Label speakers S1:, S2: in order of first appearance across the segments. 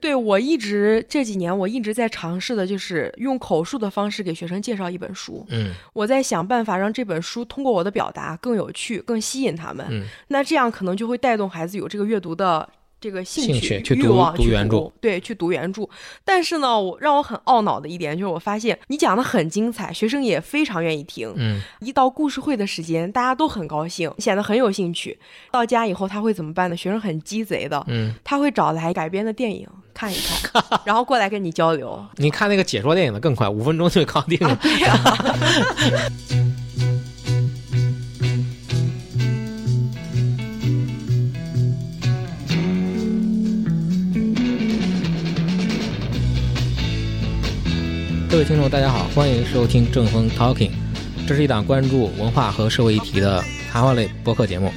S1: 对我一直这几年我一直在尝试的就是用口述的方式给学生介绍一本书，
S2: 嗯
S1: 我在想办法让这本书通过我的表达更有趣、更吸引他们。
S2: 嗯
S1: 那这样可能就会带动孩子有这个阅读的这个兴
S2: 兴趣去
S1: 欲
S2: 读
S1: 望
S2: 读
S1: 去
S2: 原著，
S1: 对，去读原著。但是呢，我让我很懊恼的一点就是，我发现你讲的很精彩，学生也非常愿意听。
S2: 嗯，
S1: 一到故事会的时间，大家都很高兴，显得很有兴趣。到家以后他会怎么办呢？学生很鸡贼的，
S2: 嗯，
S1: 他会找来改编的电 影看一看，然后过来跟你交 流。
S2: 你看那个解说电影的更快，五分钟就搞定了。各位听众，大家好，欢迎收听正风 Talking，这是一档关注文化和社会议题的谈话类播客节目。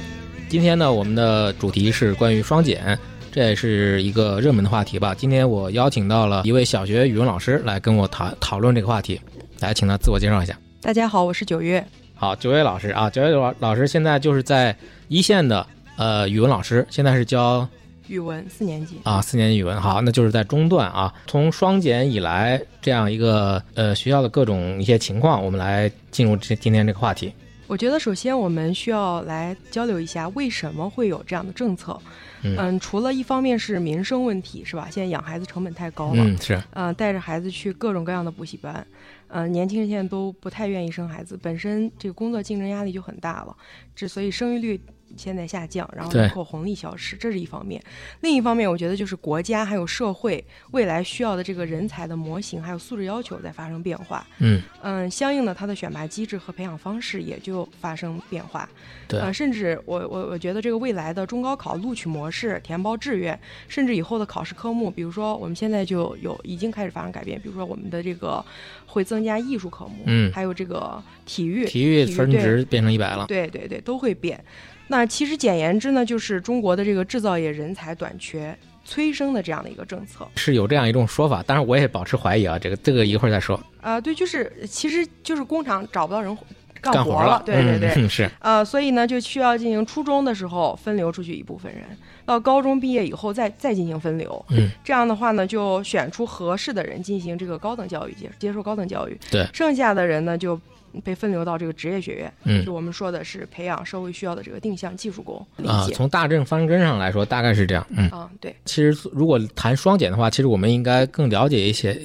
S2: 今天呢，我们的主题是关于双减，这也是一个热门的话题吧。今天我邀请到了一位小学语文老师来跟我讨讨论这个话题，来，请他自我介绍一下。
S1: 大家好，我是九月。
S2: 好，九月老师啊，九月老老师现在就是在一线的呃语文老师，现在是教
S1: 语文四年级，
S2: 啊四年级语文，好，那就是在中段啊。从双减以来这样一个呃学校的各种一些情况，我们来进入这今天这个话题。
S1: 我觉得首先我们需要来交流一下为什么会有这样的政策。
S2: 嗯
S1: 除了一方面是民生问题，是吧？现在养孩子成本太高了，
S2: 嗯，是，
S1: 嗯、带着孩子去各种各样的补习班，嗯、年轻人现在都不太愿意生孩子，本身这个工作竞争压力就很大了，之所以生育率现在下降，然后
S2: 对
S1: 人口红利消失，这是一方面。另一方面，我觉得就是国家还有社会未来需要的这个人才的模型还有素质要求在发生变化，
S2: 嗯
S1: 嗯，相应的它的选拔机制和培养方式也就发生变化。
S2: 对
S1: 呃，甚至我我我觉得这个未来的中高考录取模式、填报志愿，甚至以后的考试科目，比如说我们现在就有已经开始发生改变，比如说我们的这个会增加艺术科目，
S2: 嗯
S1: 还有这个体育，
S2: 体育分
S1: 对
S2: 值变成一百了。
S1: 对对对，都会变。那其实简言之呢，就是中国的这个制造业人才短缺催生的这样的一个政策。
S2: 是有这样一种说法，当然我也保持怀疑啊，这个这个一会儿再说。
S1: 啊、对，就是其实就是工厂找不到人干
S2: 干
S1: 活
S2: 活了，
S1: 对对 对。
S2: 嗯、是，
S1: 呃，所以呢，就需要进行初中的时候分流出去一部分人，到高中毕业以后再再进行分流。
S2: 嗯，
S1: 这样的话呢，就选出合适的人进行这个高等教育接接受高等教育。
S2: 对
S1: 剩下的人呢就被分流到这个职业学院，
S2: 嗯
S1: 就我们说的是培养社会需要的这个定向技术工理
S2: 啊，
S1: 解。
S2: 从大政方针上来说，大概是这样。嗯，
S1: 啊，对，
S2: 其实如果谈双减的话，其实我们应该更了解一些，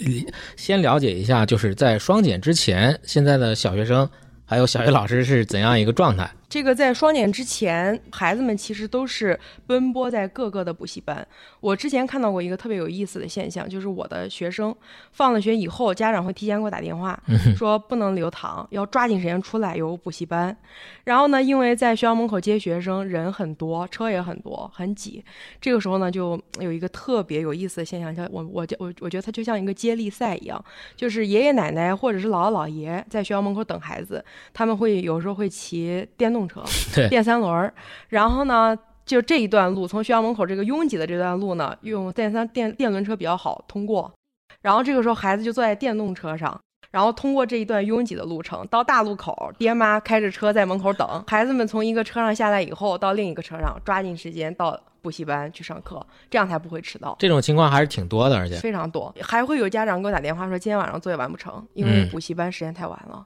S2: 先了解一下，就是在双减之前，现在的小学生还有小学老师是怎样一个状态？
S1: 这个在双减之前，孩子们其实都是奔波在各个的补习班。我之前看到过一个特别有意思的现象，就是我的学生放了学以后，家长会提前给我打电话，说不能留堂，要抓紧时间出来，有补习班。然后呢，因为在学校门口接学生人很多，车也很多，很挤。这个时候呢，就有一个特别有意思的现象，叫我我我我觉得它就像一个接力赛一样，就是爷爷奶奶或者是姥姥姥爷在学校门口等孩子，他们会有时候会骑电动车
S2: 对、
S1: 电三轮儿，然后呢，就这一段路从学校门口这个拥挤的这段路呢，用电三电电轮车比较好通过。然后这个时候孩子就坐在电动车上，然后通过这一段拥挤的路程到大路口，爹妈开着车在门口等，孩子们从一个车上下来以后到另一个车上，抓紧时间到补习班去上课，这样才不会迟到。
S2: 这种情况还是挺多的，而且
S1: 非常多，还会有家长给我打电话说今天晚上作业完不成，因为
S2: 嗯
S1: 补习班时间太晚了，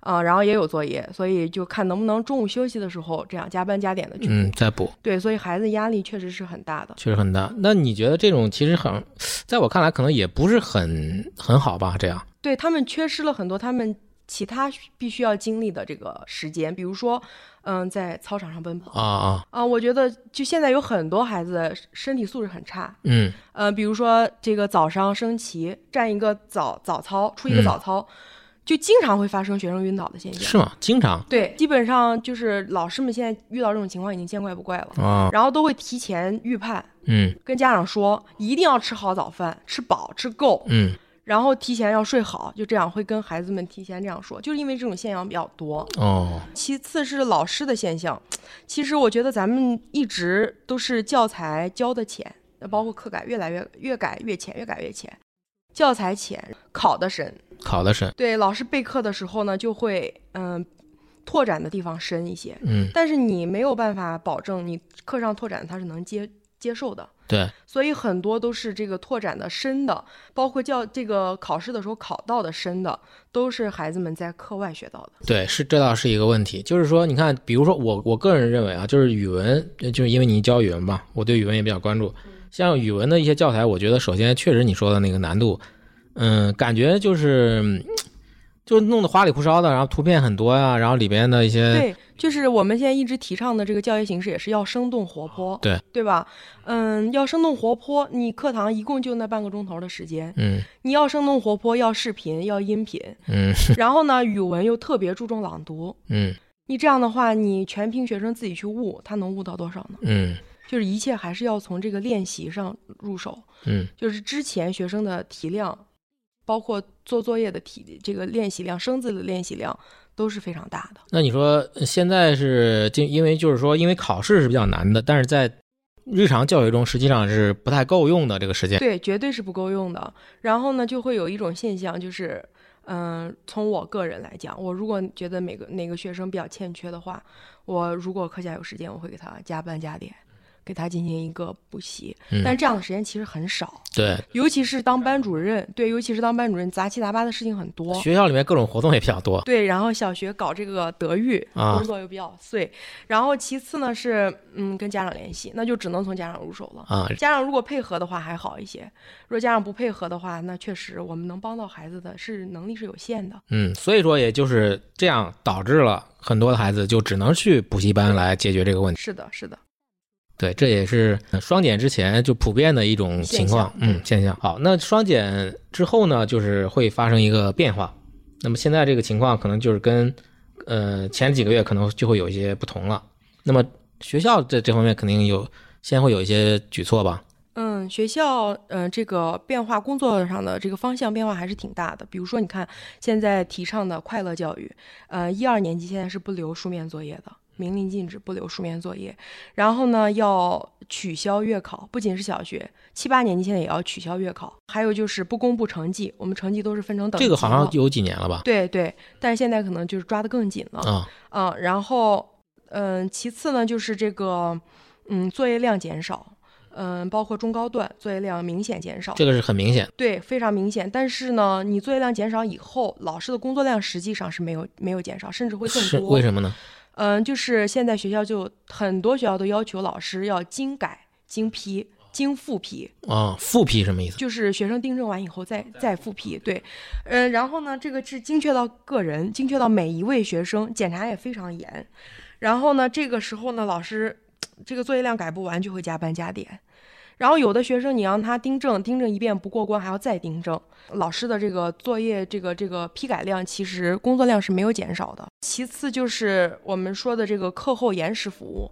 S1: 啊、然后也有作业，所以就看能不能中午休息的时候这样加班加点的去补。
S2: 嗯，在补
S1: 对，所以孩子压力确实是很大的。
S2: 确实很大。那你觉得这种其实很，在我看来可能也不是很很好吧？这样，
S1: 对他们缺失了很多他们其他必须要经历的这个时间，比如说，嗯，在操场上奔跑
S2: 啊啊，
S1: 啊、我觉得就现在有很多孩子身体素质很差，
S2: 嗯，
S1: 呃，比如说这个早上升旗站一个早早操，出一个
S2: 嗯
S1: 早操，就经常会发生学生晕倒的现象。
S2: 是吗？经常
S1: 对，基本上就是老师们现在遇到这种情况已经见怪不怪了，
S2: 啊，
S1: 然后都会提前预判，
S2: 嗯
S1: 跟家长说一定要吃好早饭，吃饱吃够，
S2: 嗯，
S1: 然后提前要睡好，就这样会跟孩子们提前这样说，就是因为这种现象比较多。
S2: 哦，
S1: 其次是老师的现象，其实我觉得咱们一直都是教材教的浅，包括课改越来越越改越浅，越改越浅，教材浅，考的深，
S2: 考的深，
S1: 对，老师备课的时候呢，就会嗯、拓展的地方深一些，
S2: 嗯
S1: 但是你没有办法保证你课上拓展它是能接接受的。
S2: 对，
S1: 所以很多都是这个拓展的深的，包括教这个考试的时候考到的深的，都是孩子们在课外学到的。
S2: 对，是这倒是一个问题，就是说，你看，比如说我我个人认为啊，就是语文，呃就是因为你教语文吧，我对语文也比较关注。
S1: 嗯
S2: 像语文的一些教材，我觉得首先确实你说的那个难度，嗯，感觉就是嗯就是弄得花里胡哨的，然后图片很多呀、然后里边的一些
S1: 对，就是我们现在一直提倡的这个教学形式，也是要生动活泼，
S2: 对
S1: 对吧？嗯，要生动活泼，你课堂一共就那半个钟头的时间，
S2: 嗯
S1: 你要生动活泼，要视频，要音频，
S2: 嗯
S1: 然后呢，语文又特别注重朗读。
S2: 嗯
S1: 你这样的话，你全凭学生自己去悟，他能悟到多少呢？
S2: 嗯
S1: 就是一切还是要从这个练习上入手，
S2: 嗯
S1: 就是之前学生的题量，包括做作业的题，这个练习量、生字的练习量都是非常大的。
S2: 那你说呃现在是就因为就是说，因为考试是比较难的，但是在日常教学中实际上是不太够用的这个时间。
S1: 对，绝对是不够用的。然后呢，就会有一种现象，就是，嗯、从我个人来讲，我如果觉得每个哪个学生比较欠缺的话，我如果课下有时间，我会给他加班加点，给他进行一个补习。
S2: 嗯
S1: 但这样的时间其实很少，
S2: 对，
S1: 尤其是当班主任，对，尤其是当班主任，杂七杂八的事情很多。
S2: 学校里面各种活动也比较多。
S1: 对，然后小学搞这个德育，
S2: 啊
S1: 工作又比较碎。然后其次呢是，嗯，跟家长联系，那就只能从家长入手了。
S2: 啊，
S1: 家长如果配合的话还好一些，如果家长不配合的话，那确实我们能帮到孩子的是能力是有限的。
S2: 嗯，所以说也就是这样导致了很多的孩子就只能去补习班来解决这个问题。
S1: 是的，是的，
S2: 对，这也是呃双减之前就普遍的一种情况，
S1: 现象
S2: 嗯，现象。好，那双减之后呢，就是会发生一个变化。那么现在这个情况可能就是跟呃前几个月可能就会有一些不同了。那么学校在这方面肯定有先会有一些举措吧？
S1: 嗯，学校嗯、呃这个变化工作上的这个方向变化还是挺大的。比如说，你看现在提倡的快乐教育，呃，一二年级现在是不留书面作业的。明令禁止不留书面作业，然后呢，要取消月考，不仅是小学，七八年级现在也要取消月考，还有就是不公布成绩，我们成绩都是分成等级
S2: 这个好像
S1: 了
S2: 有几年了吧？
S1: 对对，但是现在可能就是抓得更紧了。
S2: 啊，
S1: 啊，然后嗯，其次呢就是这个嗯作业量减少，嗯，包括中高段作业量明显减少，
S2: 这个是很明显。
S1: 对，非常明显。但是呢，你作业量减少以后，老师的工作量实际上是没有没有减少，甚至会更
S2: 是
S1: 多。
S2: 为什么呢？
S1: 嗯，就是现在学校就很多学校都要求老师要精改、精批、精复批。
S2: 啊，复批什么意思？
S1: 就是学生订正完以后再再复批，对，嗯，然后呢，这个是精确到个人，精确到每一位学生，检查也非常严。然后呢，这个时候呢，老师这个作业量改不完就会加班加点。然后有的学生你让他订正，订正一遍不过关还要再订正，老师的这个作业这个这个批改量其实工作量是没有减少的。其次就是我们说的这个课后延时服务，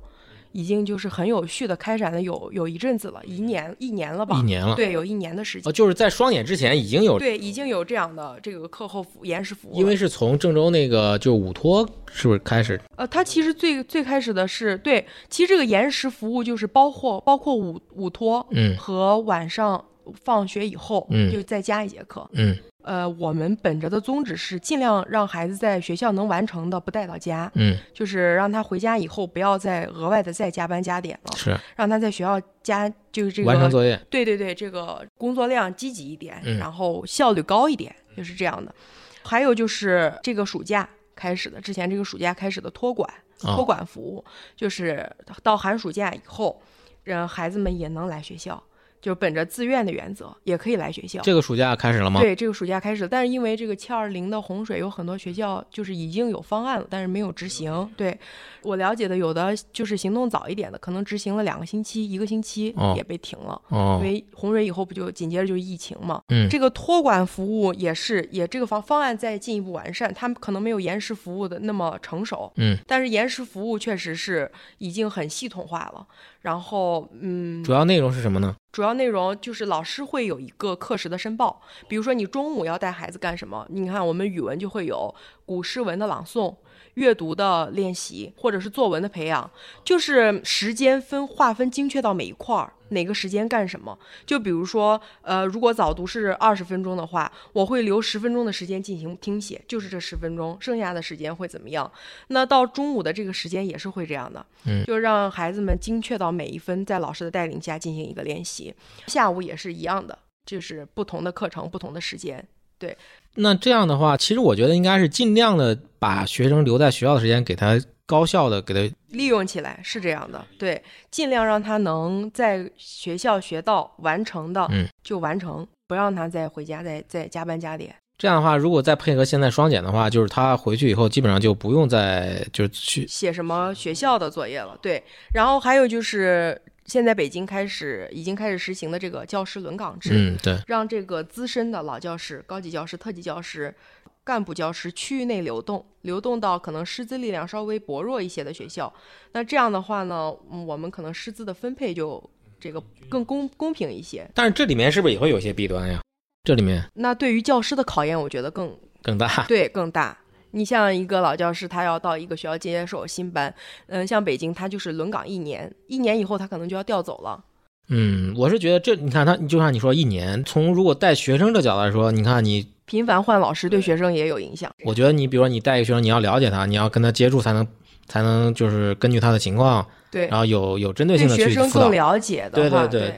S1: 已经就是很有序的开展了有有一阵子了，一年一年了吧，
S2: 一年了。
S1: 对，有一年的时间
S2: 哦，。就是在双减之前已经有，
S1: 对，已经有这样的这个课后服延时服务了。
S2: 因为是从郑州那个就午托是不是开始？
S1: 呃，它其实最最开始的是对，其实这个延时服务就是包括包括午午托
S2: 嗯
S1: 和晚上放学以后，
S2: 嗯
S1: 就再加一节课。
S2: 嗯
S1: 呃，我们本着的宗旨是尽量让孩子在学校能完成的不带到家，
S2: 嗯，
S1: 就是让他回家以后不要再额外的再加班加点了，
S2: 嗯是
S1: 让他在学校加就是这个
S2: 完成作业。
S1: 对对对，这个工作量积极一点，
S2: 嗯
S1: 然后效率高一点，就是这样的。还有就是这个暑假开始的，之前这个暑假开始的托管，
S2: 啊
S1: 托管服务，就是到寒暑假以后，呃，孩子们也能来学校，就本着自愿的原则，也可以来学校。
S2: 这个暑假开始了吗？
S1: 对，这个暑假开始，但是因为这个七二零的洪水，有很多学校就是已经有方案了，但是没有执行。对我了解的，有的就是行动早一点的，可能执行了两个星期、一个星期
S2: 哦
S1: 也被停了。因
S2: 哦，
S1: 为洪水以后不就紧接着就是疫情嘛，
S2: 嗯
S1: 这个托管服务也是也这个方方案再进一步完善，他们可能没有延时服务的那么成熟，
S2: 嗯，
S1: 但是延时服务确实是已经很系统化了。然后，嗯，
S2: 主要内容是什么呢？
S1: 主要内容就是老师会有一个课时的申报，比如说你中午要带孩子干什么，你看我们语文就会有古诗文的朗诵、阅读的练习，或者是作文的培养，就是时间分划分精确到每一块儿，哪个时间干什么。就比如说，呃，如果早读是二十分钟的话，我会留十分钟的时间进行听写，就是这十分钟，剩下的时间会怎么样？那到中午的这个时间也是会这样的，
S2: 嗯
S1: 就让孩子们精确到每一分，在老师的带领下进行一个练习。下午也是一样的，就是不同的课程，不同的时间。
S2: 那这样的话，其实我觉得应该是尽量的把学生留在学校的时间给他高效的给他
S1: 利用起来是这样的，对，尽量让他能在学校学到完成的，
S2: 嗯
S1: 就完成，不让他再回家再再加班加点。
S2: 这样的话，如果再配合现在双减的话，就是他回去以后基本上就不用再就是去
S1: 写什么学校的作业了，对。然后还有就是，现在北京开始已经开始实行的这个教师轮岗制，
S2: 嗯对
S1: 让这个资深的老教师、高级教师、特级教师、干部教师区域内流动，流动到可能师资力量稍微薄弱一些的学校。那这样的话呢，嗯我们可能师资的分配就这个更公公平一些。
S2: 但是这里面是不是也会有些弊端呀？这里面
S1: 那对于教师的考验，我觉得更
S2: 更大。
S1: 对更大。你像一个老教师，他要到一个学校接手新班，嗯，像北京，他就是轮岗一年，一年以后他可能就要调走了。
S2: 嗯，我是觉得这你看他就像你说一年，从如果带学生这角度来说，你看你，
S1: 频繁换老师对学生也有影响。
S2: 我觉得你比如说你带一个学生，你要了解他，你要跟他接触才能才能就是根据他的情况，
S1: 对
S2: 然，后有有针对性
S1: 对
S2: 的
S1: 学
S2: 去
S1: 生
S2: 辅导
S1: 更。了解的
S2: 对
S1: 话，
S2: 对对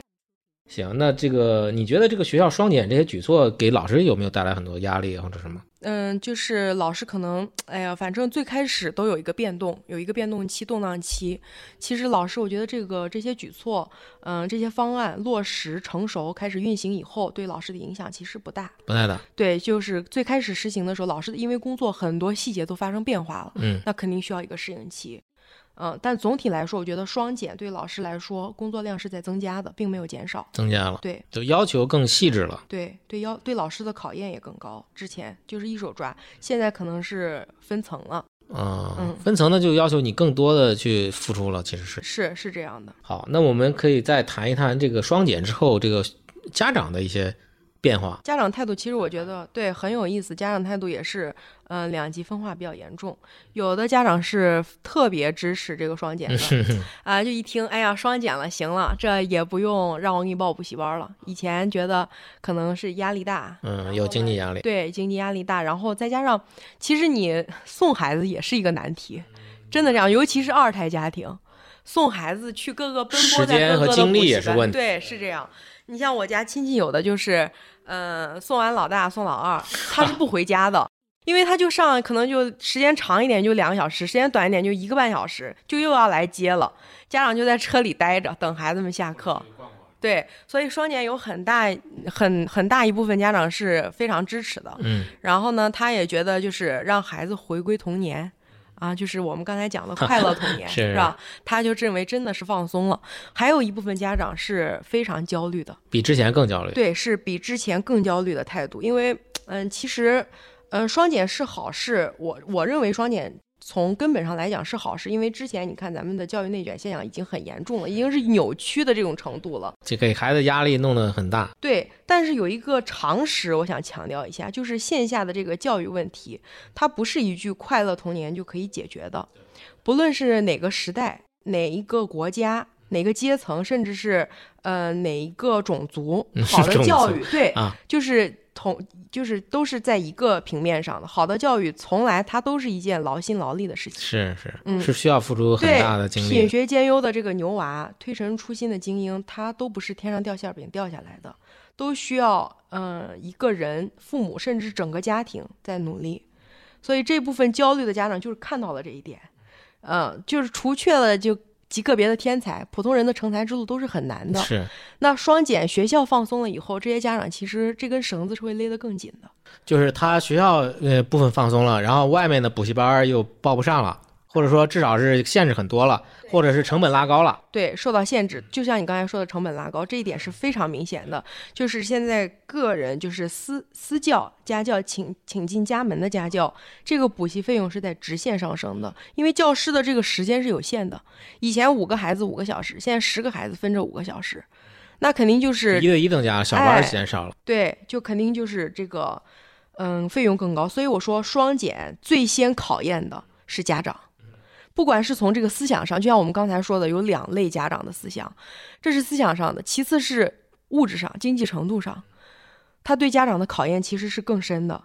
S2: 行，那这个你觉得这个学校双减这些举措给老师有没有带来很多压力或者什么？
S1: 嗯，就是老师可能，哎呀，反正最开始都有一个变动，有一个变动期、动荡期。其实老师，我觉得这个这些举措，嗯，这些方案落实成熟、开始运行以后，对老师的影响其实不大。
S2: 不太大。
S1: 对，就是最开始实行的时候，老师因为工作很多细节都发生变化了，
S2: 嗯，
S1: 那肯定需要一个适应期。嗯，但总体来说，我觉得双减对老师来说工作量是在增加的，并没有减少。
S2: 增加了，
S1: 对，
S2: 就要求更细致了。
S1: 对对要对老师的考验也更高，之前就是一手抓，现在可能是分层了，
S2: 啊、
S1: 嗯
S2: 分层呢就要求你更多的去付出了，其实是
S1: 是是这样的。
S2: 好。那我们可以再谈一谈这个双减之后这个家长的一些变化。
S1: 家长态度其实我觉得对很有意思，家长态度也是，嗯、两极分化比较严重，有的家长是特别支持这个双减的 啊、就一听，哎呀，双减了，行了，这也不用让我给你报补习班了。以前觉得可能是压力大，
S2: 嗯，有经济压力，
S1: 对，经济压力大，然后再加上，其实你送孩子也是一个难题，
S2: 嗯
S1: 真的这样，尤其是二胎家庭，送孩子去各个奔波
S2: 时
S1: 在
S2: 间
S1: 各
S2: 和
S1: 个的
S2: 精
S1: 补
S2: 力
S1: 习
S2: 也是
S1: 班
S2: 问题
S1: 对，是这样。你像我家亲戚有的就是，嗯，送完老大送老二，他是不回家的。因为他就上，可能就时间长一点就两个小时，时间短一点就一个半小时，就又要来接了。家长就在车里待着，等孩子们下课。对，所以双减有很大、很很大一部分家长是非常支持的。
S2: 嗯，
S1: 然后呢，他也觉得就是让孩子回归童年，啊，就是我们刚才讲的快乐童年，
S2: 是
S1: 吧？他就认为真的是放松了。还有一部分家长是非常焦虑的，
S2: 比之前更焦虑。
S1: 对，是比之前更焦虑的态度，因为嗯，其实嗯，双减是好事，我我认为双减。从根本上来讲是好事，因为之前你看咱们的教育内卷现象已经很严重了，已经是扭曲的这种程度了。
S2: 这给孩子压力弄得很大。，
S1: 对，但是有一个常识，我想强调一下，就是线下的这个教育问题，它不是一句“快乐童年”就可以解决的。不论是哪个时代、哪一个国家、哪个阶层，甚至是呃哪一个种族好的
S2: 嗯种
S1: 教
S2: 族
S1: 育，对，
S2: 啊
S1: 就是同就是都是在一个平面上的。好的教育从来它都是一件劳心劳力的事情。
S2: 是是、
S1: 嗯
S2: 是需要付出很
S1: 对，
S2: 大的精
S1: 品
S2: 力。
S1: 学兼优的这个牛娃，推陈出新的精英，他都不是天上掉馅儿饼掉下来的，都需要嗯、呃一个人、父母甚至整个家庭在努力。所以这部分焦虑的家长就是看到了这一点，嗯、就是除却了就极个别的天才，普通人的成才之路都是很难的。
S2: 是，
S1: 那双减学校放松了以后，这些家长其实这根绳子是会勒得更紧的。
S2: 就是他学校呃部分放松了，然后外面的补习班儿又报不上了，或者说至少是限制很多了，或者是成本拉高了。
S1: 对，受到限制，就像你刚才说的，成本拉高，这一点是非常明显的。就是现在个人就是私私教、家教请请进家门的家教，这个补习费用是在直线上升的，因为教师的这个时间是有限的。以前五个孩子五个小时，现在十个孩子分着五个小时，那肯定就是
S2: 哎一对一等价，小班儿时间少了。
S1: 对，就肯定就是这个，嗯，费用更高。所以我说，双减最先考验的是家长，不管是从这个思想上，就像我们刚才说的，有两类家长的思想，这是思想上的；其次是物质上、经济程度上，他对家长的考验其实是更深的。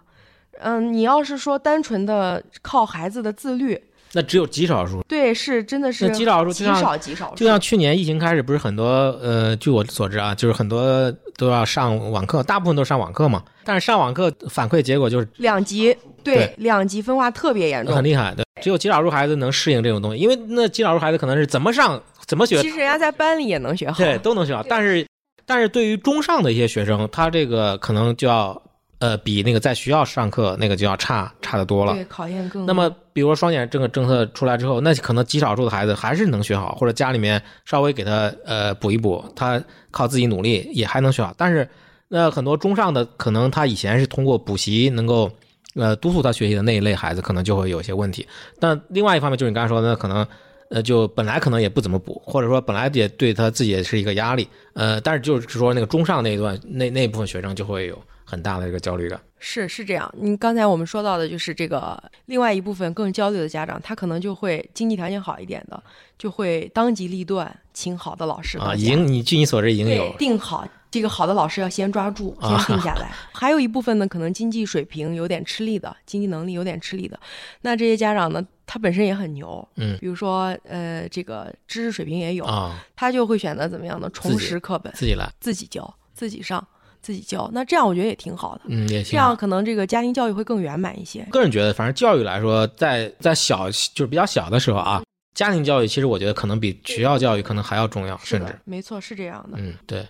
S1: 嗯，你要是说单纯的靠孩子的自律，
S2: 那只有极少数。
S1: 对，是真的是
S2: 那极少数就
S1: 极
S2: 像
S1: 少极少数，
S2: 就像去年疫情开始，不是很多呃，据我所知啊，就是很多都要上网课，大部分都上网课嘛。但是上网课反馈结果就是
S1: 两极，
S2: 对
S1: 对两极分化特别严重
S2: 很。厉害，对，只有极少数孩子能适应这种东西，因为那极少数孩子可能是怎么上怎么学
S1: 其，实人家在班里也能学好，
S2: 对，都能学好。但是但是对于中上的一些学生，他这个可能就要呃比那个在学校上课那个就要差差得多了。
S1: 对考验更
S2: 那么，比如说双减这个政策出来之后，那可能极少数的孩子还是能学好，或者家里面稍微给他呃补一补，他靠自己努力也还能学好。但是，那很多中上的，可能他以前是通过补习能够呃督促他学习的那一类孩子，可能就会有一些问题。但另外一方面，就是你刚才说的，那可能呃就本来可能也不怎么补，或者说本来也对他自己也是一个压力，呃，但是就是说那个中上那一段那那部分学生就会有很大的这个焦虑感。
S1: 是是这样，你刚才我们说到的就是这个另外一部分更焦虑的家长，他可能就会经济条件好一点的，就会当机立断，请好的老师
S2: 啊，
S1: 到
S2: 已
S1: 家
S2: 经你据你所知已经有
S1: 对定好这个好的老师要先抓住，先
S2: 啊
S1: 定 下来。还有一部分呢，可能经济水平有点吃力的，经济能力有点吃力的，那这些家长呢，他本身也很牛，
S2: 嗯
S1: 比如说呃，这个知识水平也有，
S2: 啊，
S1: 他就会选择怎么样呢？重
S2: 自己
S1: 拾课本，
S2: 自己来。
S1: 自己教，自己上，自己教。那这样我觉得也挺好的。
S2: 嗯，也
S1: 这
S2: 行。
S1: 样可能这个家庭教育会更圆满一些。
S2: 个人觉得，反正教育来说，在在小就是比较小的时候啊，家庭教育其实我觉得可能比学校教育可能还要重要，甚至
S1: 的，没错，是这样的。
S2: 嗯，对。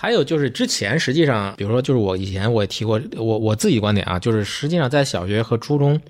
S2: 还有就是之前实际上，比如说就是我以前我也提过，我我自己观点啊，就是实际上在小学和初中，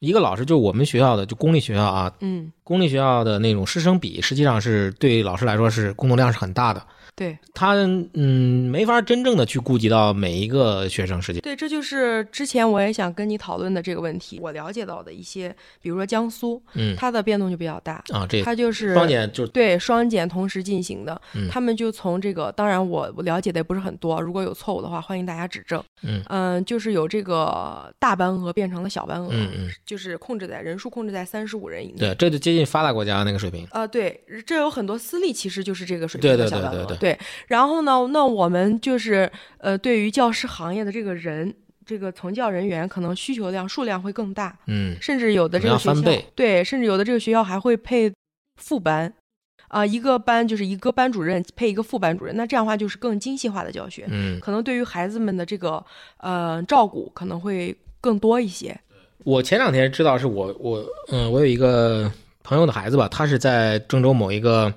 S2: 一个老师就是我们学校的就公立学校啊，
S1: 嗯，
S2: 公立学校的那种师生比，实际上是对老师来说是工作量是很大的，
S1: 对
S2: 他嗯没法真正的去顾及到每一个学生，实际
S1: 对，这就是之前我也想跟你讨论的这个问题。我了解到的一些，比如说江苏，
S2: 嗯
S1: 它的变动就比较大，
S2: 啊这
S1: 它就是
S2: 双减就是
S1: 对双减同时进行的，
S2: 嗯
S1: 他们就从这个，当然我我了解的也不是很多，如果有错误的话，欢迎大家指正。
S2: 嗯
S1: 就是有这个大班额变成了小班额，
S2: 嗯嗯
S1: 就是控制在人数控制在三十五人以内。
S2: 对，这就接近发达国家那个水平。
S1: 啊，对，这有很多私立其实就是这个水
S2: 对
S1: 平的
S2: 对
S1: 小
S2: 对
S1: 班
S2: 对
S1: 额。
S2: 对
S1: 然后呢，那我们就是呃，对于教师行业的这个人，这个从教人员可能需求量、数量会更大，
S2: 嗯，
S1: 甚至有的
S2: 可
S1: 这
S2: 能
S1: 个学
S2: 要翻
S1: 校
S2: 倍
S1: 对，甚至有的这个学校还会配副班。啊、一个班就是一个班主任配一个副班主任，那这样的话就是更精细化的教学，
S2: 嗯，
S1: 可能对于孩子们的这个呃照顾可能会更多一些。
S2: 我前两天知道是我我嗯，我有一个朋友的孩子吧，他是在郑州某一个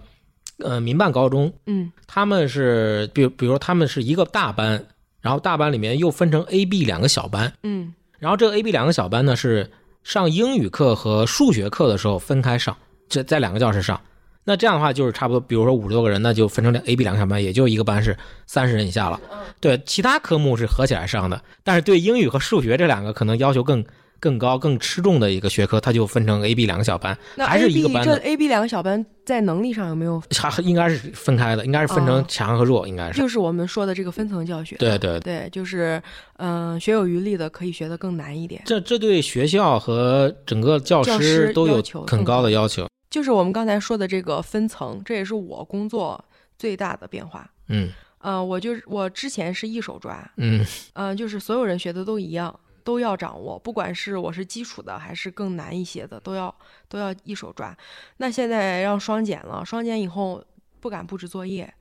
S2: 呃民办高中，
S1: 嗯
S2: 他们是比如比如说他们是一个大班，然后大班里面又分成 A、B 两个小班，
S1: 嗯，
S2: 然后这个 A、B 两个小班呢是上英语课和数学课的时候分开上，这在两个教室上。那这样的话就是差不多，比如说五十多个人，那就分成两 A、B 两个小班，也就一个班是三十人以下了。
S1: 嗯
S2: 对，其他科目是合起来上的，但是对英语和数学这两个可能要求更更高、更吃重的一个学科，它就分成 A、B 两个小班，
S1: 那
S2: 还
S1: A
S2: 是一
S1: B
S2: 个班
S1: 这
S2: 的，
S1: A B 两个小班在能力上有没有
S2: 还应该是分开的，应该是分成
S1: 哦
S2: 强和弱，应该是。
S1: 就是我们说的这个分层教学。
S2: 对对，
S1: 对，就是嗯、呃学有余力的可以学得更难一点。
S2: 这这对学校和整个教
S1: 教
S2: 师
S1: 师
S2: 都有
S1: 要求
S2: 很
S1: 更
S2: 高
S1: 高
S2: 的要求。
S1: 就是我们刚才说的这个分层，这也是我工作最大的变化。
S2: 嗯
S1: 呃，我就是我之前是一手抓，
S2: 嗯
S1: 嗯、就是所有人学的都一样，都要掌握，不管是我是基础的还是更难一些的，都要都要一手抓。那现在让双减了，双减以后不敢布置作业，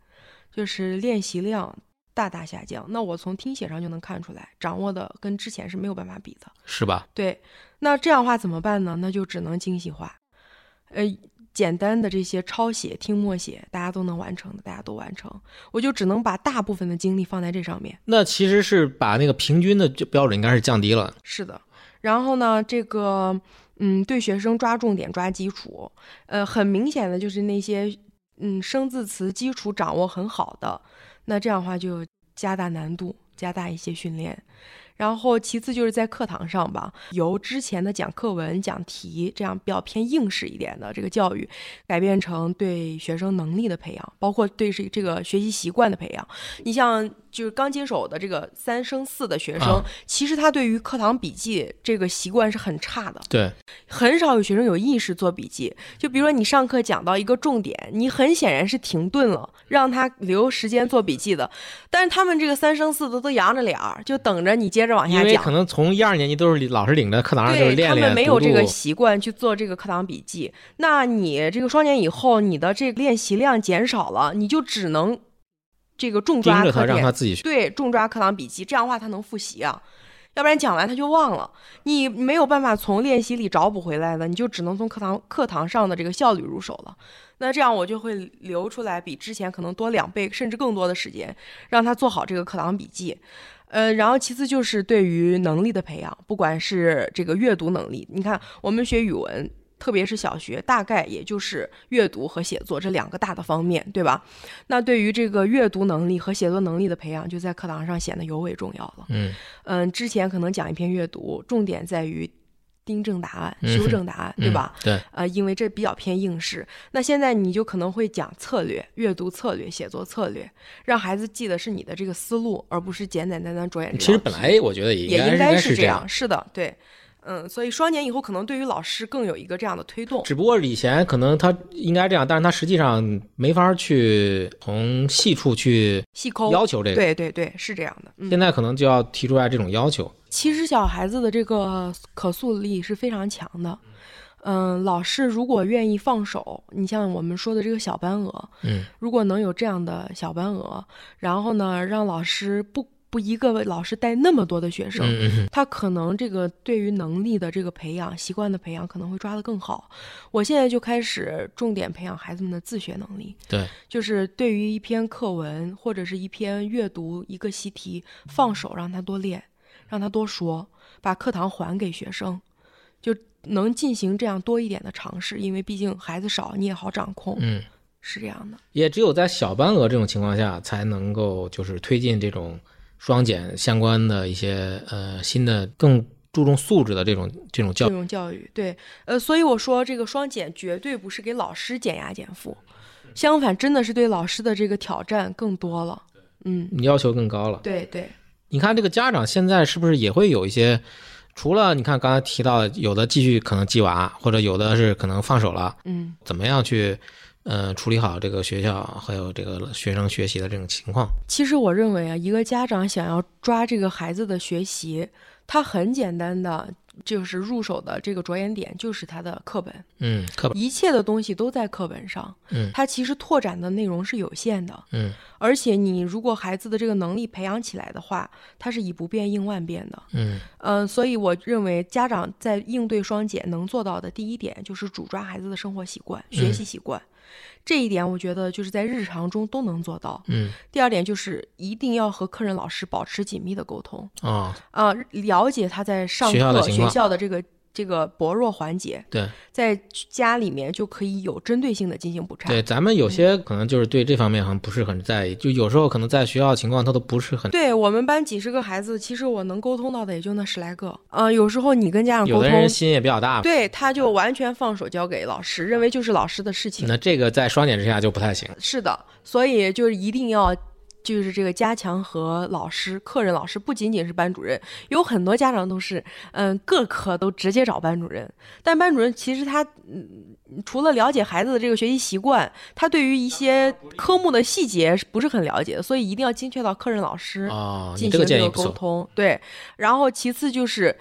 S1: 就是练习量大大下降。那我从听写上就能看出来，掌握的跟之前是没有办法比的。
S2: 是吧？
S1: 对，那这样的话怎么办呢？那就只能精细化，呃，简单的这些抄写、听默写，大家都能完成的，大家都完成。我就只能把大部分的精力放在这上面。
S2: 那其实是把那个平均的就标准应该是降低了。
S1: 是的，然后呢，这个嗯，对学生抓重点、抓基础，呃，很明显的就是那些嗯生字词基础掌握很好的，那这样的话就加大难度，加大一些训练。然后其次就是在课堂上吧，由之前的讲课文、讲题这样比较偏应试一点的这个教育，改变成对学生能力的培养，包括对这这个学习习惯的培养。你像就是刚接手的这个三升四的学生，
S2: 啊
S1: 其实他对于课堂笔记这个习惯是很差的，
S2: 对，
S1: 很少有学生有意识做笔记。就比如说你上课讲到一个重点，你很显然是停顿了，让他留时间做笔记的，但是他们这个三升四的都扬着脸儿，就等着你接着往
S2: 因
S1: 下
S2: 为
S1: 讲
S2: 可。能从一二年级都是老师领着课堂上就
S1: 对
S2: 是练
S1: 他
S2: 练
S1: 们没有
S2: 读
S1: 这个
S2: 读
S1: 习惯去做这个课堂笔记。那你这个双减以后，你的这个练习量减少了，你就只能这个重
S2: 盯
S1: 抓
S2: 着
S1: 课
S2: 他，让他
S1: 点，
S2: 自己学。
S1: 对，重抓课堂笔记，这样的话他能复习啊。要不然讲完他就忘了，你没有办法从练习里找补回来的，你就只能从课堂课堂上的这个效率入手了。那这样我就会留出来比之前可能多两倍甚至更多的时间，让他做好这个课堂笔记。呃，然后其次就是对于能力的培养，不管是这个阅读能力，你看我们学语文，特别是小学，大概也就是阅读和写作这两个大的方面，对吧？那对于这个阅读能力和写作能力的培养，就在课堂上显得尤为重要了。
S2: 嗯，
S1: 嗯，之前可能讲一篇阅读，重点在于订正答案、
S2: 嗯
S1: 修正答案，
S2: 嗯
S1: 对吧？？
S2: 对，
S1: 呃，因为这比较偏应试。那现在你就可能会讲策略、阅读策略、写作策略，让孩子记得是你的这个思路，而不是简简单单着眼这道
S2: 其实
S1: 题
S2: 本来我觉得也
S1: 嗯也
S2: 应
S1: 应
S2: 该
S1: 该
S2: 是
S1: 是
S2: 这样，
S1: 样，是的，对。嗯，所以双减以后可能对于老师更有一个这样的推动，
S2: 只不过以前可能他应该这样，但是他实际上没法去从细处去
S1: 细抠，
S2: 要求这个。
S1: 对对对，是这样的。嗯，
S2: 现在可能就要提出来这种要求。
S1: 其实小孩子的这个可塑力是非常强的。嗯，老师如果愿意放手，你像我们说的这个小班额，
S2: 嗯，
S1: 如果能有这样的小班额，然后呢，让老师不不一个老师带那么多的学生，
S2: 嗯嗯
S1: 他可能这个对于能力的这个培养、习惯的培养可能会抓得更好。我现在就开始重点培养孩子们的自学能力，
S2: 对，
S1: 就是对于一篇课文或者是一篇阅读、一个习题，放手让他多练，让他多说，把课堂还给学生，就能进行这样多一点的尝试，因为毕竟孩子少，你也好掌控，
S2: 嗯，
S1: 是这样的。
S2: 也只有在小班额这种情况下，才能够就是推进这种双减相关的一些呃新的更注重素质的这种这种教
S1: 这
S2: 育。
S1: 种教育，对，呃，所以我说这个双减绝对不是给老师减压减负，相反，真的是对老师的这个挑战更多了。嗯，
S2: 要求更高了。
S1: 对对，
S2: 你看这个家长现在是不是也会有一些，除了你看刚才提到的有的继续可能鸡娃，或者有的是可能放手了，
S1: 嗯。
S2: 怎么样去呃处理好这个学校还有这个学生学习的这种情况？
S1: 其实我认为啊，一个家长想要抓这个孩子的学习，他很简单的就是入手的这个着眼点就是他的课本，
S2: 嗯，课本，
S1: 一切的东西都在课本上。
S2: 嗯
S1: 他其实拓展的内容是有限的，
S2: 嗯
S1: 而且你如果孩子的这个能力培养起来的话，它是以不变应万变的。
S2: 嗯
S1: 嗯，所以我认为家长在应对双减能做到的第一点，就是主抓孩子的生活习惯、学习习惯。这一点我觉得就是在日常中都能做到。
S2: 嗯
S1: 第二点就是一定要和客人老师保持紧密的沟通
S2: 哦，
S1: 啊，了解他在上
S2: 学校的
S1: 课
S2: 情
S1: 学
S2: 况
S1: 校的这个这个薄弱环节，
S2: 对
S1: 在家里面就可以有针对性的进行补
S2: 对，
S1: 偿。
S2: 咱们有
S1: 嗯
S2: 些可能就是对这方面好像不是很在意，就有时候可能在学校情况他都不是很，
S1: 对我们班几十个孩子，其实我能沟通到的也就那十来个。呃，有时候你跟家长
S2: 有
S1: 沟
S2: 的人
S1: 通，
S2: 心也比较大，
S1: 对他就完全放手交给老师，认为就是老师的事情。
S2: 那这个在双减之下就不太行。
S1: 是的，所以就是一定要。就是这个加强和老师、客人老师，不仅仅是班主任，有很多家长都是，嗯，各科都直接找班主任。但班主任其实他，嗯，除了了解孩子的这个学习习惯，他对于一些科目的细节是不是很了解的，所以一定要精确到客人老师
S2: 哦，你
S1: 嗯进
S2: 这
S1: 行
S2: 个建
S1: 这
S2: 议
S1: 个
S2: 不
S1: 沟
S2: 错，
S1: 通。对，然后其次就是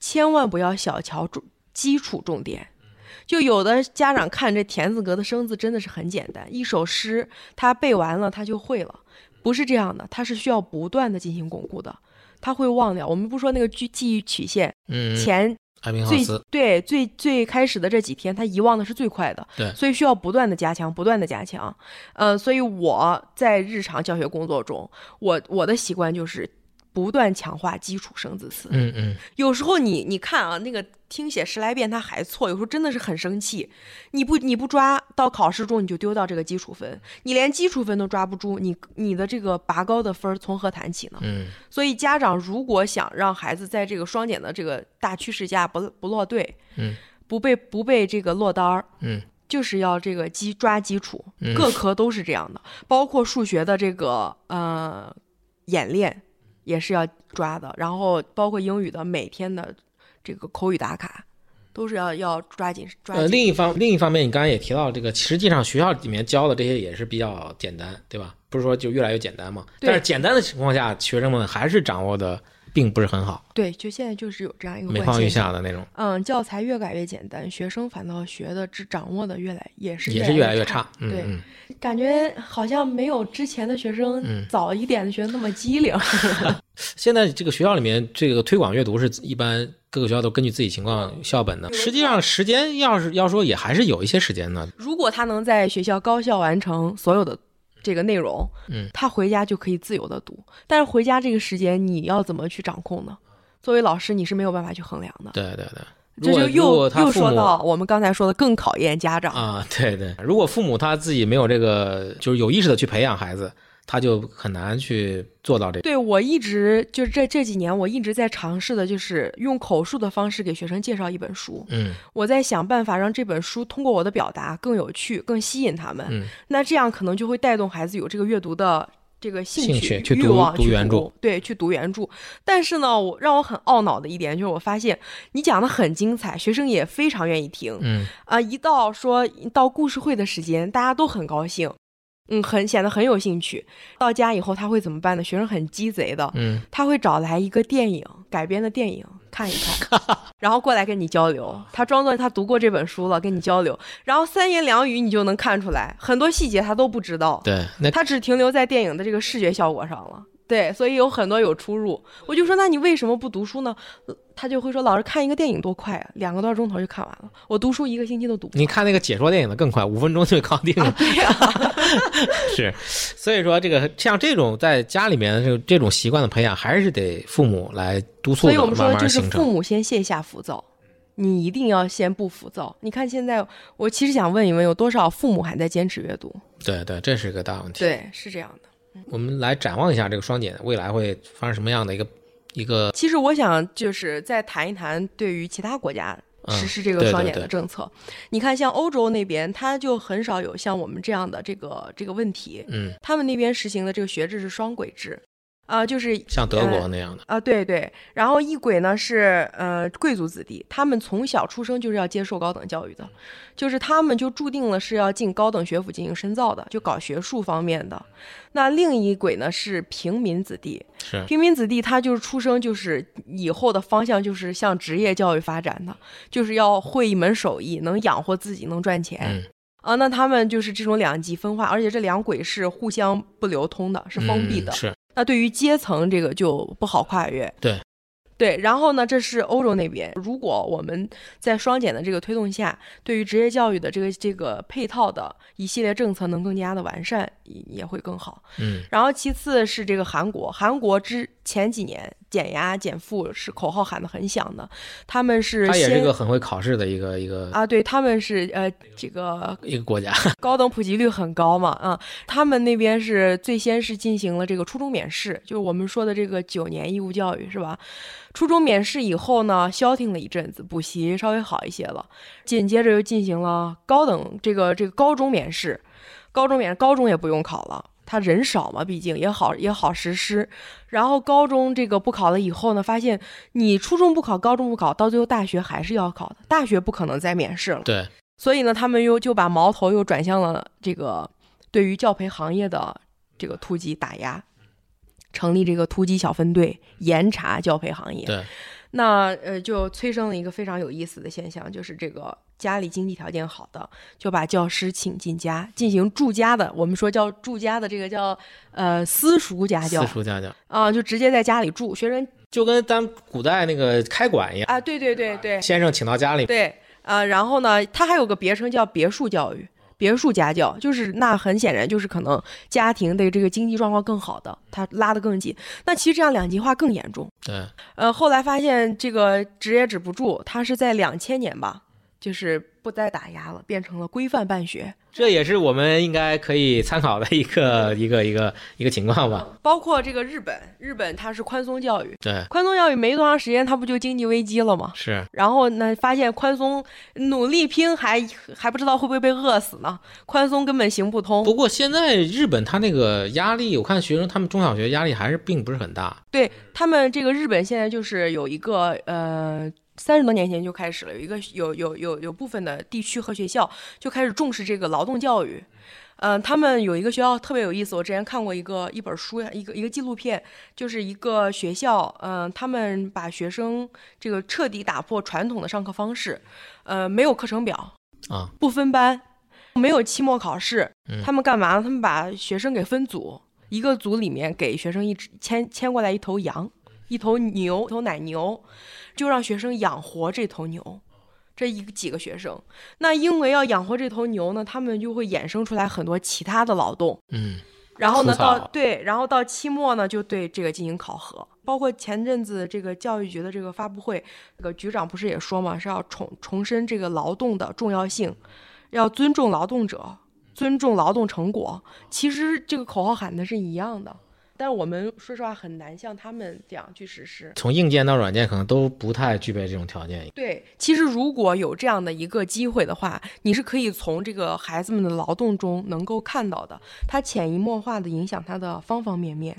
S1: 千万不要小瞧重基础重点。就有的家长看这田字格的生字真的是很简单，一首诗他背完了他就会了，不是这样的，他是需要不断的进行巩固的，他会忘掉。我们不说那个记记忆曲线，
S2: 嗯，
S1: 前
S2: 艾宾浩
S1: 最
S2: 斯，
S1: 对最最开始的这几天，他遗忘的是最快的，
S2: 对
S1: 所以需要不断的加强，不断的加强。呃，所以我在日常教学工作中，我我的习惯就是不断强化基础生字词。
S2: 嗯嗯，
S1: 有时候你你看啊，那个听写十来遍他还错，有时候真的是很生气。你不你不抓到考试中，你就丢掉这个基础分，你连基础分都抓不住，你你的这个拔高的分儿从何谈起呢？
S2: 嗯
S1: 所以家长如果想让孩子在这个双减的这个大趋势下不不落队，
S2: 嗯，
S1: 不被不被这个落单儿，
S2: 嗯，
S1: 就是要这个基抓基础，
S2: 嗯
S1: 各科都是这样的，包括数学的这个呃演练也是要抓的，然后包括英语的每天的这个口语打卡，都是要要抓紧抓
S2: 呃，
S1: 紧。
S2: 另一方另一方面，你刚才也提到这个，实际上学校里面教的这些也是比较简单，对吧？不是说就越来越简单嘛？
S1: 对
S2: 但是简单的情况下，学生们还是掌握的并不是很好，
S1: 对，就现在就是有这样一个
S2: 每
S1: 惯
S2: 况愈
S1: 性。
S2: 下的那种，
S1: 嗯，教材越改越简单，学生反倒学的只掌握的越来也是
S2: 也是越来越
S1: 越
S2: 差。嗯
S1: 对
S2: 嗯，
S1: 感觉好像没有之前的学生、
S2: 嗯
S1: 早一点的学生那么机灵。
S2: 现在这个学校里面这个推广阅读是一般各个学校都根据自己情况校本的，实际上时间要是要说也还是有一些时间的。
S1: 如果他能在学校高效完成所有的这个内容，
S2: 嗯，
S1: 他回家就可以自由的读。但是回家这个时间，你要怎么去掌控呢？作为老师，你是没有办法去衡量的。
S2: 对对对，
S1: 这
S2: 如果
S1: 就
S2: 如
S1: 又
S2: 果他
S1: 又
S2: 父
S1: 说
S2: 母
S1: 到我们刚才说的，更考验家长。
S2: 啊， 对对，如果父母他自己没有这个，就是有意识的去培养孩子，他就很难去做到这个。
S1: 对我一直就这这几年，我一直在尝试的就是用口述的方式给学生介绍一本书。
S2: 嗯
S1: 我在想办法让这本书通过我的表达更有趣、更吸引他们。
S2: 嗯
S1: 那这样可能就会带动孩子有这个阅读的这个兴
S2: 兴趣去
S1: 欲
S2: 读
S1: 望
S2: 读
S1: 去
S2: 原著，
S1: 对，去读原著。但是呢，我让我很懊恼的一点就是，我发现你讲的很精彩，学生也非常愿意听啊、
S2: 嗯
S1: 一到说到故事会的时间，大家都很高兴。嗯，很显得很有兴趣。到家以后他会怎么办呢？学生很鸡贼的，
S2: 嗯，
S1: 他会找来一个电影改编的电影看一看，然后过来跟你交流。他装作他读过这本书了，跟你交流，然后三言两语你就能看出来，很多细节他都不知道，
S2: 对，那
S1: 他只停留在电影的这个视觉效果上了。对，所以有很多有出入。我就说，那你为什么不读书呢？呃他就会说，老师看一个电影多快啊，两个多钟头就看完了。我读书一个星期都读不完。
S2: 你看那个解说电影的更快，五分钟就搞定 了。
S1: 对呀、
S2: 是，所以说这个像这种在家里面的这种这种习惯的培养，还是得父母来督促
S1: 所以
S2: 着
S1: 我们说
S2: 慢
S1: 就
S2: 慢
S1: 是
S2: 形
S1: 父
S2: 成。
S1: 母先卸下浮躁，你一定要先不浮躁。你看现在，我其实想问一问，有多少父母还在坚持阅读？
S2: 对对，这是个大问题。
S1: 对，是这样的。
S2: 我们来展望一下这个双减未来会发生什么样的一个一个
S1: 其实我想就是再谈一谈对于其他国家
S2: 嗯
S1: 实施这
S2: 对
S1: 个
S2: 对
S1: 双减的
S2: 对
S1: 政策。你看，像欧洲那边，他就很少有像我们这样的这个这个问题。
S2: 嗯，
S1: 他们那边实行的这个学制是双轨制，啊、就是
S2: 像德国那样的。
S1: 啊，对对，然后异轨呢是呃贵族子弟，他们从小出生就是要接受高等教育
S2: 嗯
S1: 的，就是他们就注定了是要进高等学府进行深造的，就搞学术方面的。那另一轨呢是平民子弟，
S2: 是，
S1: 平民子弟他就是出生就是以后的方向就是向职业教育发展的，就是要会一门手艺，能养活自己，能赚钱。
S2: 嗯
S1: 啊，那他们就是这种两极分化，而且这两轨是互相不流通的，是封闭
S2: 嗯
S1: 的。
S2: 是，
S1: 那对于阶层这个就不好跨越。
S2: 对。
S1: 对，然后呢？这是欧洲那边。如果我们在双减的这个推动下，对于职业教育的这个这个配套的一系列政策能更加的完善，也也会更好。
S2: 嗯
S1: 然后其次是这个韩国，韩国之前几年减压减负是口号喊得很响的，他们是
S2: 他也是
S1: 先
S2: 一个很会考试的一个一个
S1: 啊，对，他们是呃这个
S2: 一个国家。
S1: 高等普及率很高嘛，啊、他们那边是最先是进行了这个初中免试，就是我们说的这个九年义务教育，是吧？初中免试以后呢，消停了一阵子，补习稍微好一些了，紧接着又进行了高等这个这个高中免试，高中免高中也不用考了。他人少嘛，毕竟也好也好实施。然后高中这个不考了以后呢，发现你初中不考，高中不考，到最后大学还是要考的，大学不可能再免试了。
S2: 对，
S1: 所以呢，他们又就把矛头又转向了这个对于教培行业的这个突击打压，成立这个突击小分队，严查教培行业。
S2: 对，
S1: 那呃，就催生了一个非常有意思的现象，就是这个家里经济条件好的，就把教师请进家，进行住家的，我们说叫住家的这个叫呃私塾家教
S2: 私塾家教
S1: 啊、就直接在家里住，学生啊
S2: 就跟咱们古代那个开馆一样，
S1: 啊，对对对对，
S2: 先生请到家里。
S1: 对，呃，然后呢，它还有个别称叫别墅教育，别墅家教，就是那很显然就是可能家庭的这个经济状况更好的，他拉得更紧。那其实这样两极化更严重。
S2: 对，
S1: 呃，后来发现这个止也止不住，他是在两千年吧，就是不再打压了，变成了规范办学。
S2: 这也是我们应该可以参考的一个
S1: 嗯
S2: 一个一个一个情况吧。
S1: 包括这个日本，日本它是宽松教育，
S2: 对，
S1: 宽松教育没多长时间，它不就经济危机了吗？
S2: 是
S1: 然后呢，发现宽松努力拼还还不知道会不会被饿死呢，宽松根本行不通。
S2: 不过现在日本他那个压力，我看学生他们中小学压力还是并不是很大。
S1: 对他们这个日本现在就是有一个呃。三十多年前就开始了，有一个有有有有部分的地区和学校就开始重视这个劳动教育，嗯、他们有一个学校特别有意思，我之前看过一个一本书呀，一个一个纪录片，就是一个学校，嗯、他们把学生这个彻底打破传统的上课方式，呃，没有课程表
S2: 啊，
S1: 不分班，没有期末考试，
S2: 嗯
S1: 他们干嘛呢？他们把学生给分组，一个组里面给学生一只牵牵过来一头羊，一头牛，一头奶牛，就让学生养活这头牛。这一几个学生，那因为要养活这头牛呢，他们就会衍生出来很多其他的劳动，
S2: 嗯，
S1: 然后呢，
S2: 除草
S1: 到对，然后到期末呢，就对这个进行考核。包括前阵子这个教育局的这个发布会，这个局长不是也说嘛，是要重重申这个劳动的重要性，要尊重劳动者，尊重劳动成果。其实这个口号喊的是一样的，但是我们说实话很难像他们这样去实施。
S2: 从硬件到软件可能都不太具备这种条件。
S1: 对，其实如果有这样的一个机会的话，你是可以从这个孩子们的劳动中能够看到的，它潜移默化的影响他的方方面面，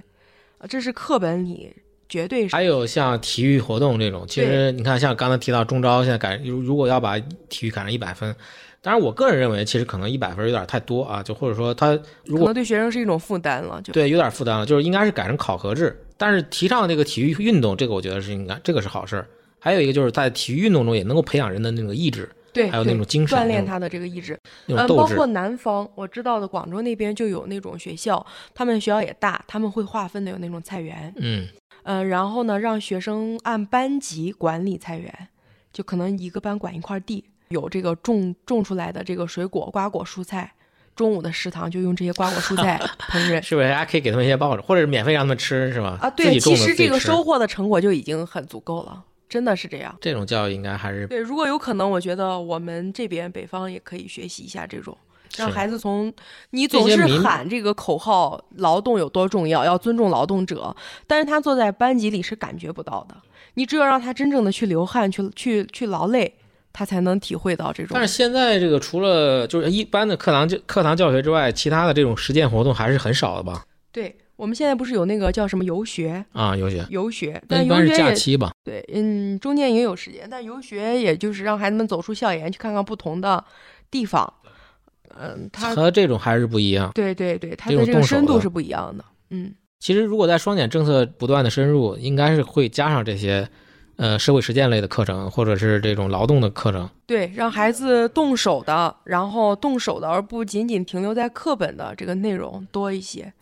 S1: 呃这是课本里绝对是
S2: 还有像体育活动这种，其实你看，像刚才提到中招，现在改如如果要把体育改成一百分，当然我个人认为，其实可能一百分有点太多啊，就或者说他
S1: 可
S2: 如果
S1: 能对学生是一种负担了，就
S2: 对有点负担了，就是应该是改成考核制。但是提倡这个体育运动，这个我觉得是应该，这个是好事儿。还有一个就是在体育运动中也能够培养人的那个意志，
S1: 对，
S2: 还有那种
S1: 对
S2: 精神
S1: 锻炼
S2: 那种
S1: 他的这个意志。
S2: 那种
S1: 嗯，包
S2: 斗志。
S1: 括南方，我知道的广州那边就有那种学校，他们学校也大，他们会划分的有那种菜园，
S2: 嗯，
S1: 嗯，然后呢，让学生按班级管理菜园，就可能一个班管一块地，有这个种种出来的这个水果、瓜果、蔬菜。中午的食堂就用这些瓜果蔬菜烹 饪
S2: 是不是还可以给他们一些报酬，或者是免费让他们吃，是吧？
S1: 啊，
S2: 自
S1: 对，
S2: 己种
S1: 其
S2: 的
S1: 实这个
S2: 自己吃
S1: 收获的成果就已经很足够了，真的是这样。
S2: 这种教育应该还是
S1: 对，如果有可能，我觉得我们这边北方也可以学习一下这种，让
S2: 是
S1: 孩子从你
S2: 这
S1: 总
S2: 些
S1: 是
S2: 民
S1: 喊这个口号“劳动有多重要，要尊重劳动者”，但是他坐在班级里是感觉不到的。你只有让他真正的去流汗、去去去劳累，他才能体会到这种
S2: 但。是现在这个除了就是一般的课堂教课堂教学之外，其他的这种实践活动还是很少的吧？
S1: 对我们现在不是有那个叫什么游学？
S2: 啊，游学，
S1: 游学，
S2: 那
S1: 但
S2: 一
S1: 游
S2: 般是
S1: 学
S2: 假
S1: 也
S2: 期吧？
S1: 对，嗯，中间也有时间，但游学也就是让孩子们走出校园，去看看不同的地方。嗯，他
S2: 和这种还是不一样。
S1: 对对对，它
S2: 这
S1: 的
S2: 种
S1: 这个
S2: 动手
S1: 深度
S2: 的
S1: 是不一样的。嗯，
S2: 其实如果在双减政策不断的深入，应该是会加上这些，呃，社会实践类的课程，或者是这种劳动的课程。
S1: 对，让孩子动手的，然后动手的，而不仅仅停留在课本的这个内容多一些。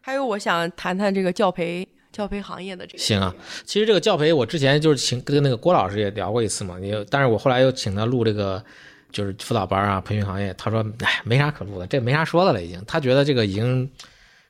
S1: 还有，我想谈谈这个教培教培行业的这个
S2: 行啊
S1: 问题，
S2: 其实这个教培，我之前就是请跟那个郭老师也聊过一次嘛，也但是我后来又请他录这个就是辅导班啊，培训行业，他说哎没啥可录的，这没啥说的了已经。他觉得这个已经，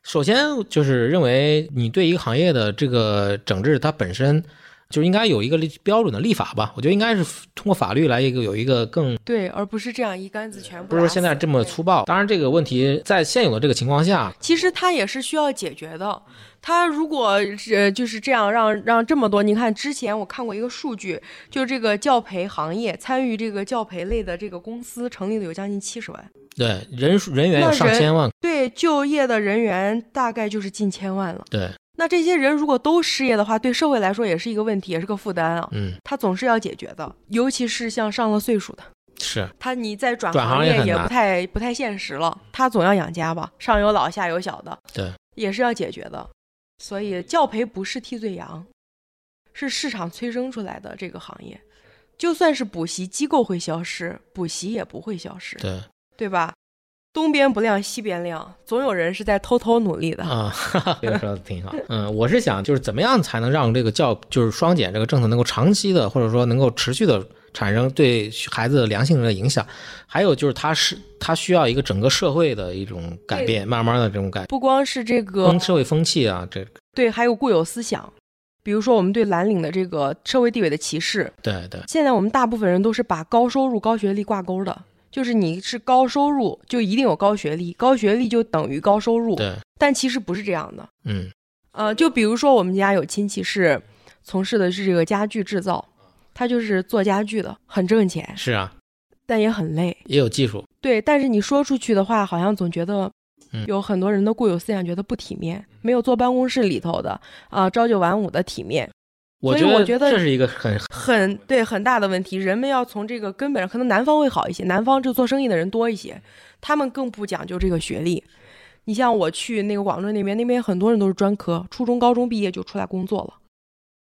S2: 首先就是认为你对一个行业的这个整治，它本身就应该有一个立标准的立法吧，我觉得应该是通过法律来一个有一个更
S1: 对，而不是这样一竿子全部。
S2: 不是说现在这么。粗暴。当然这个问题在现有的这个情况下，
S1: 其实它也是需要解决的。它如果是就是这样让让这么多，你看之前我看过一个数据，就是这个教培行业参与这个教培类的这个公司成立的有将近七十万。
S2: 对人数人员有
S1: 那
S2: 上
S1: 人
S2: 千万，
S1: 对就业的人员大概就是近千万了。
S2: 对，
S1: 那这些人如果都失业的话，对社会来说也是一个问题，也是个负担啊。
S2: 嗯，
S1: 他总是要解决的，尤其是像上了岁数的，
S2: 是。
S1: 他你再转
S2: 转行
S1: 行
S2: 也
S1: 业
S2: 很
S1: 也
S2: 难
S1: 不太不太现实了，他总要养家吧，上有老下有小的，
S2: 对，
S1: 也是要解决的。所以教培不是替罪羊，是市场催生出来的这个行业。就算是补习机构会消失，补习也不会消失，
S2: 对
S1: 对吧？东边不亮西边亮，总有人是在偷偷努力的。
S2: 啊， 这个说的挺好。嗯，我是想就是怎么样才能让这个教就是双减这个政策能够长期的，或者说能够持续的产生对孩子良性的影响。还有就是，它是它需要一个整个社会的一种改变，慢慢的这种改
S1: 不光是这个
S2: 风社会风气啊，这
S1: 对，还有固有思想，比如说我们对蓝领的这个社会地位的歧视，
S2: 对对
S1: 现在我们大部分人都是把高收入、高学历挂钩的，就是你是高收入就一定有高学历，高学历就等于高收入，
S2: 对，
S1: 但其实不是这样的。
S2: 嗯
S1: 呃，就比如说我们家有亲戚是从事的是这个家具制造，他就是做家具的，很挣钱，
S2: 是啊，
S1: 但也很累。
S2: 也有技术，
S1: 对，但是你说出去的话，好像总觉得
S2: 嗯
S1: 有很多人的固有思想觉得不体面，没有坐办公室里头的啊、朝九晚五的体面，
S2: 我
S1: 所以
S2: 觉
S1: 我觉得
S2: 这是一个很
S1: 很对很大的问题。人们要从这个根本上，可能南方会好一些，南方这做生意的人多一些，他们更不讲究这个学历。你像我去那个广州那边，那边很多人都是专科，初中、高中毕业就出来工作了。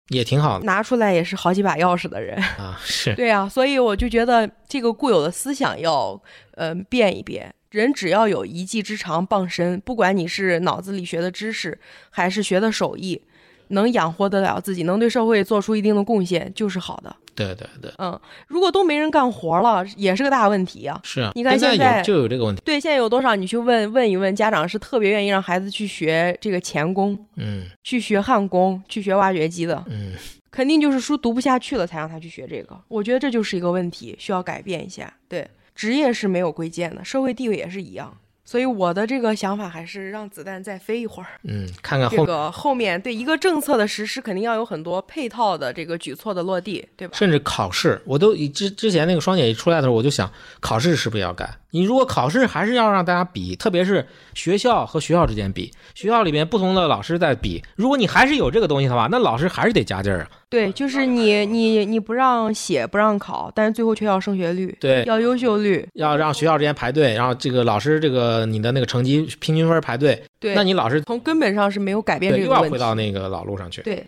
S2: 也挺好的
S1: 拿出来也是好几把钥匙的人。
S2: 啊， 是
S1: 对啊，所以我就觉得这个固有的思想要，嗯、变一变。人只要有一技之长傍身，不管你是脑子里学的知识，还是学的手艺，能养活得了自己，能对社会做出一定的贡献，就是好的。
S2: 对对对，
S1: 嗯，如果都没人干活了，也是个大问题呀、
S2: 是啊，
S1: 你看
S2: 现
S1: 现在
S2: 有就有这个问题，
S1: 对，现在有多少？你去问问一问，家长是特别愿意让孩子去学这个钳工，
S2: 嗯
S1: 去学焊工，去学挖掘机的。
S2: 嗯，
S1: 肯定就是书读不下去了，才让他去学这个。我觉得这就是一个问题，需要改变一下。对，职业是没有贵贱的，社会地位也是一样。所以我的这个想法还是让子弹再飞一会儿。
S2: 嗯，看看
S1: 这
S2: 后
S1: 个后面对一个政策的实施，肯定要有很多配套的这个举措的落地，对吧？
S2: 甚至考试，我都以之之前那个双减一出来的时候，我就想考试是不是要改？你如果考试还是要让大家比，特别是学校和学校之间比，学校里面不同的老师在比，如果你还是有这个东西的话，那老师还是得加劲儿啊。
S1: 对，就是你你你不让写不让考，但是最后却要升学率，
S2: 对，
S1: 要优秀率，
S2: 要让学校之间排队，然后这个老师这个你的那个成绩平均分排队，
S1: 对，
S2: 那你老师
S1: 从根本上是没有改变
S2: 对
S1: 这
S2: 又
S1: 个
S2: 要
S1: 问
S2: 回
S1: 题。
S2: 到那个老路上去。
S1: 对，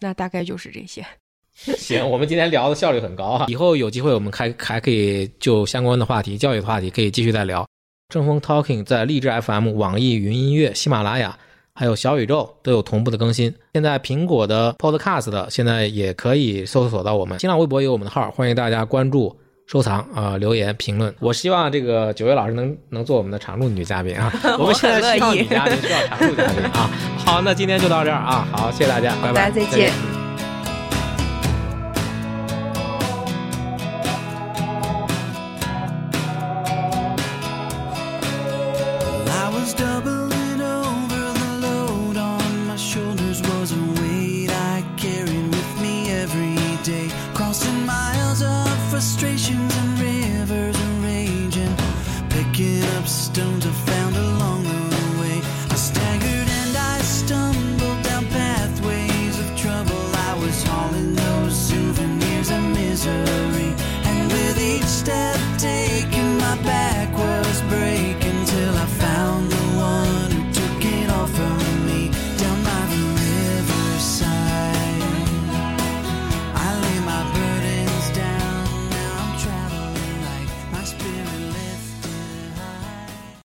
S1: 那大概就是这些。
S2: 行，我们今天聊的效率很高啊，以后有机会我们还还可以就相关的话题、教育的话题可以继续再聊。正风 Talking 在荔枝 FM、网易云音乐、喜马拉雅还有小宇宙都有同步的更新。现在苹果的 Podcast 的现在也可以搜索到我们，新浪微博有我们的号，欢迎大家关注、收藏啊、留言、评论。我希望这个九月老师能能做我们的常驻女嘉宾 啊，我们现在需要女嘉宾，需要常驻嘉宾啊。好，那今天就到这儿啊，好，谢谢大家，拜拜，
S1: 大家再见
S2: 嗯